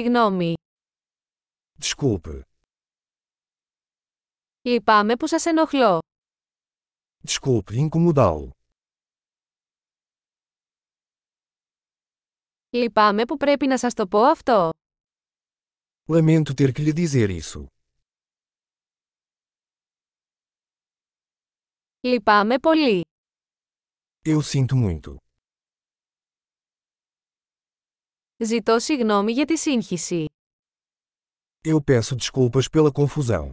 Συγγνώμη. Desculpe. Λυπάμαι που σας ενοχλώ. Desculpe incomodá-lo. Λυπάμαι που πρέπει να σας το πω αυτό. Lamento ter que lhe dizer isso. Λυπάμαι πολύ. Eu sinto muito. Ζητώ συγγνώμη για τη σύγχυση. Eu peço desculpas pela confusão.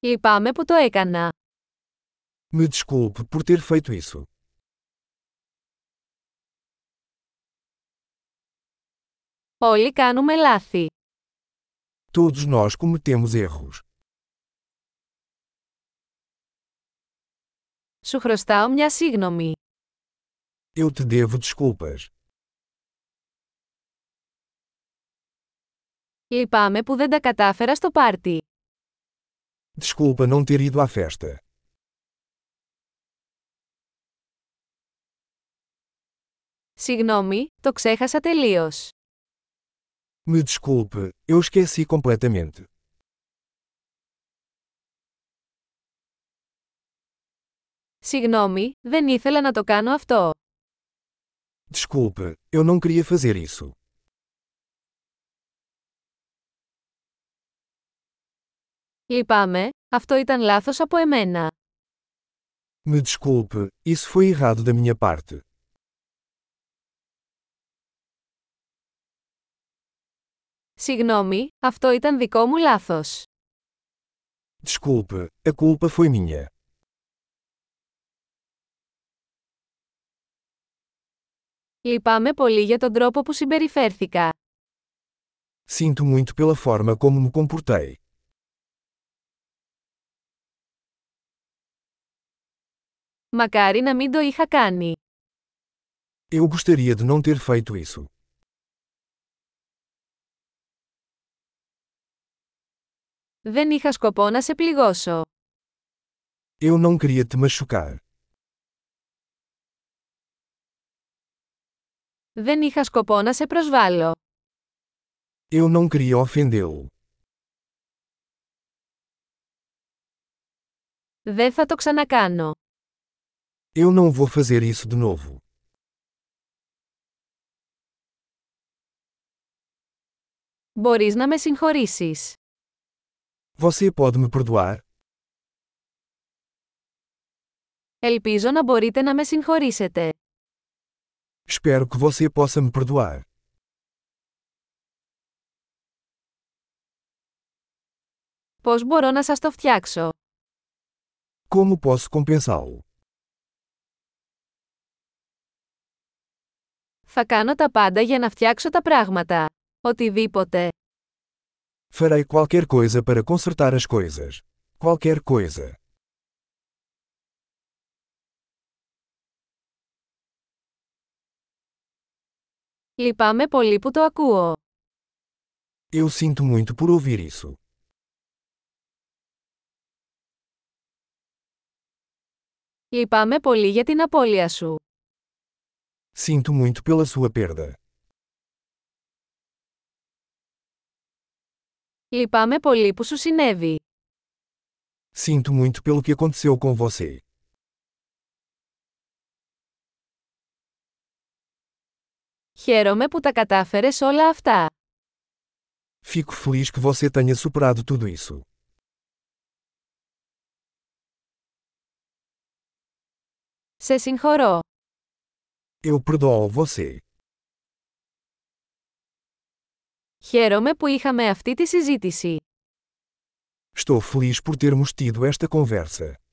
Λυπάμαι που το έκανα. Me desculpe por ter feito isso. Όλοι κάνουμε λάθη. Todos nós cometemos erros. Σου χρωστάω μια σύγγνωμη. Eu te devo desculpas. Λυπάμαι που δεν τα κατάφερα στο πάρτι. Desculpa não ter ido à festa. Συγγνώμη, το ξέχασα τελείως. Me desculpe, eu esqueci completamente. Συγγνώμη, δεν ήθελα να το κάνω αυτό. Desculpe, eu não queria fazer isso. Λυπάμαι, αυτό ήταν λάθος από εμένα. Me desculpe, isso foi errado da minha parte. Συγγνώμη, αυτό ήταν δικό μου λάθος. Desculpe, a culpa foi minha. Λυπάμαι πολύ για τον τρόπο που συμπεριφέρθηκα. Sinto muito pela forma como me comportei. Μακάρι να μην το είχα κάνει. Eu gostaria de não ter feito isso. Δεν είχα σκοπό να σε πληγώσω. Eu não queria te machucar. Δεν είχα σκοπό να σε προσβάλλω. Eu não queria ofendê-lo. Δεν θα το ξανακάνω. Eu não vou fazer isso de novo. Μπορείς να με συγχωρήσεις. Você pode me perdoar? Ελπίζω να μπορείτε να με συγχωρήσετε. Espero que você possa me perdoar. Πώς μπορώ να σας το φτιάξω. Como posso compensá-lo? Θα κάνω τα πάντα για να φτιάξω τα πράγματα. Οτιδήποτε. Farei qualquer coisa para consertar as coisas. Qualquer coisa. Λυπάμαι πολύ που το ακούω. Eu sinto muito por ouvir isso. Λυπάμαι πολύ για την απώλεια σου. Sinto muito pela sua perda. Λυπάμαι πολύ που σου συνέβη. Sinto muito pelo que aconteceu com você. Χαίρομαι που τα κατάφερες όλα αυτά. Fico feliz que você tenha superado tudo isso. Σε συγχωρώ. Eu perdoo você. Χαίρομαι που είχαμε αυτή τη συζήτηση. Estou feliz por termos tido esta conversa.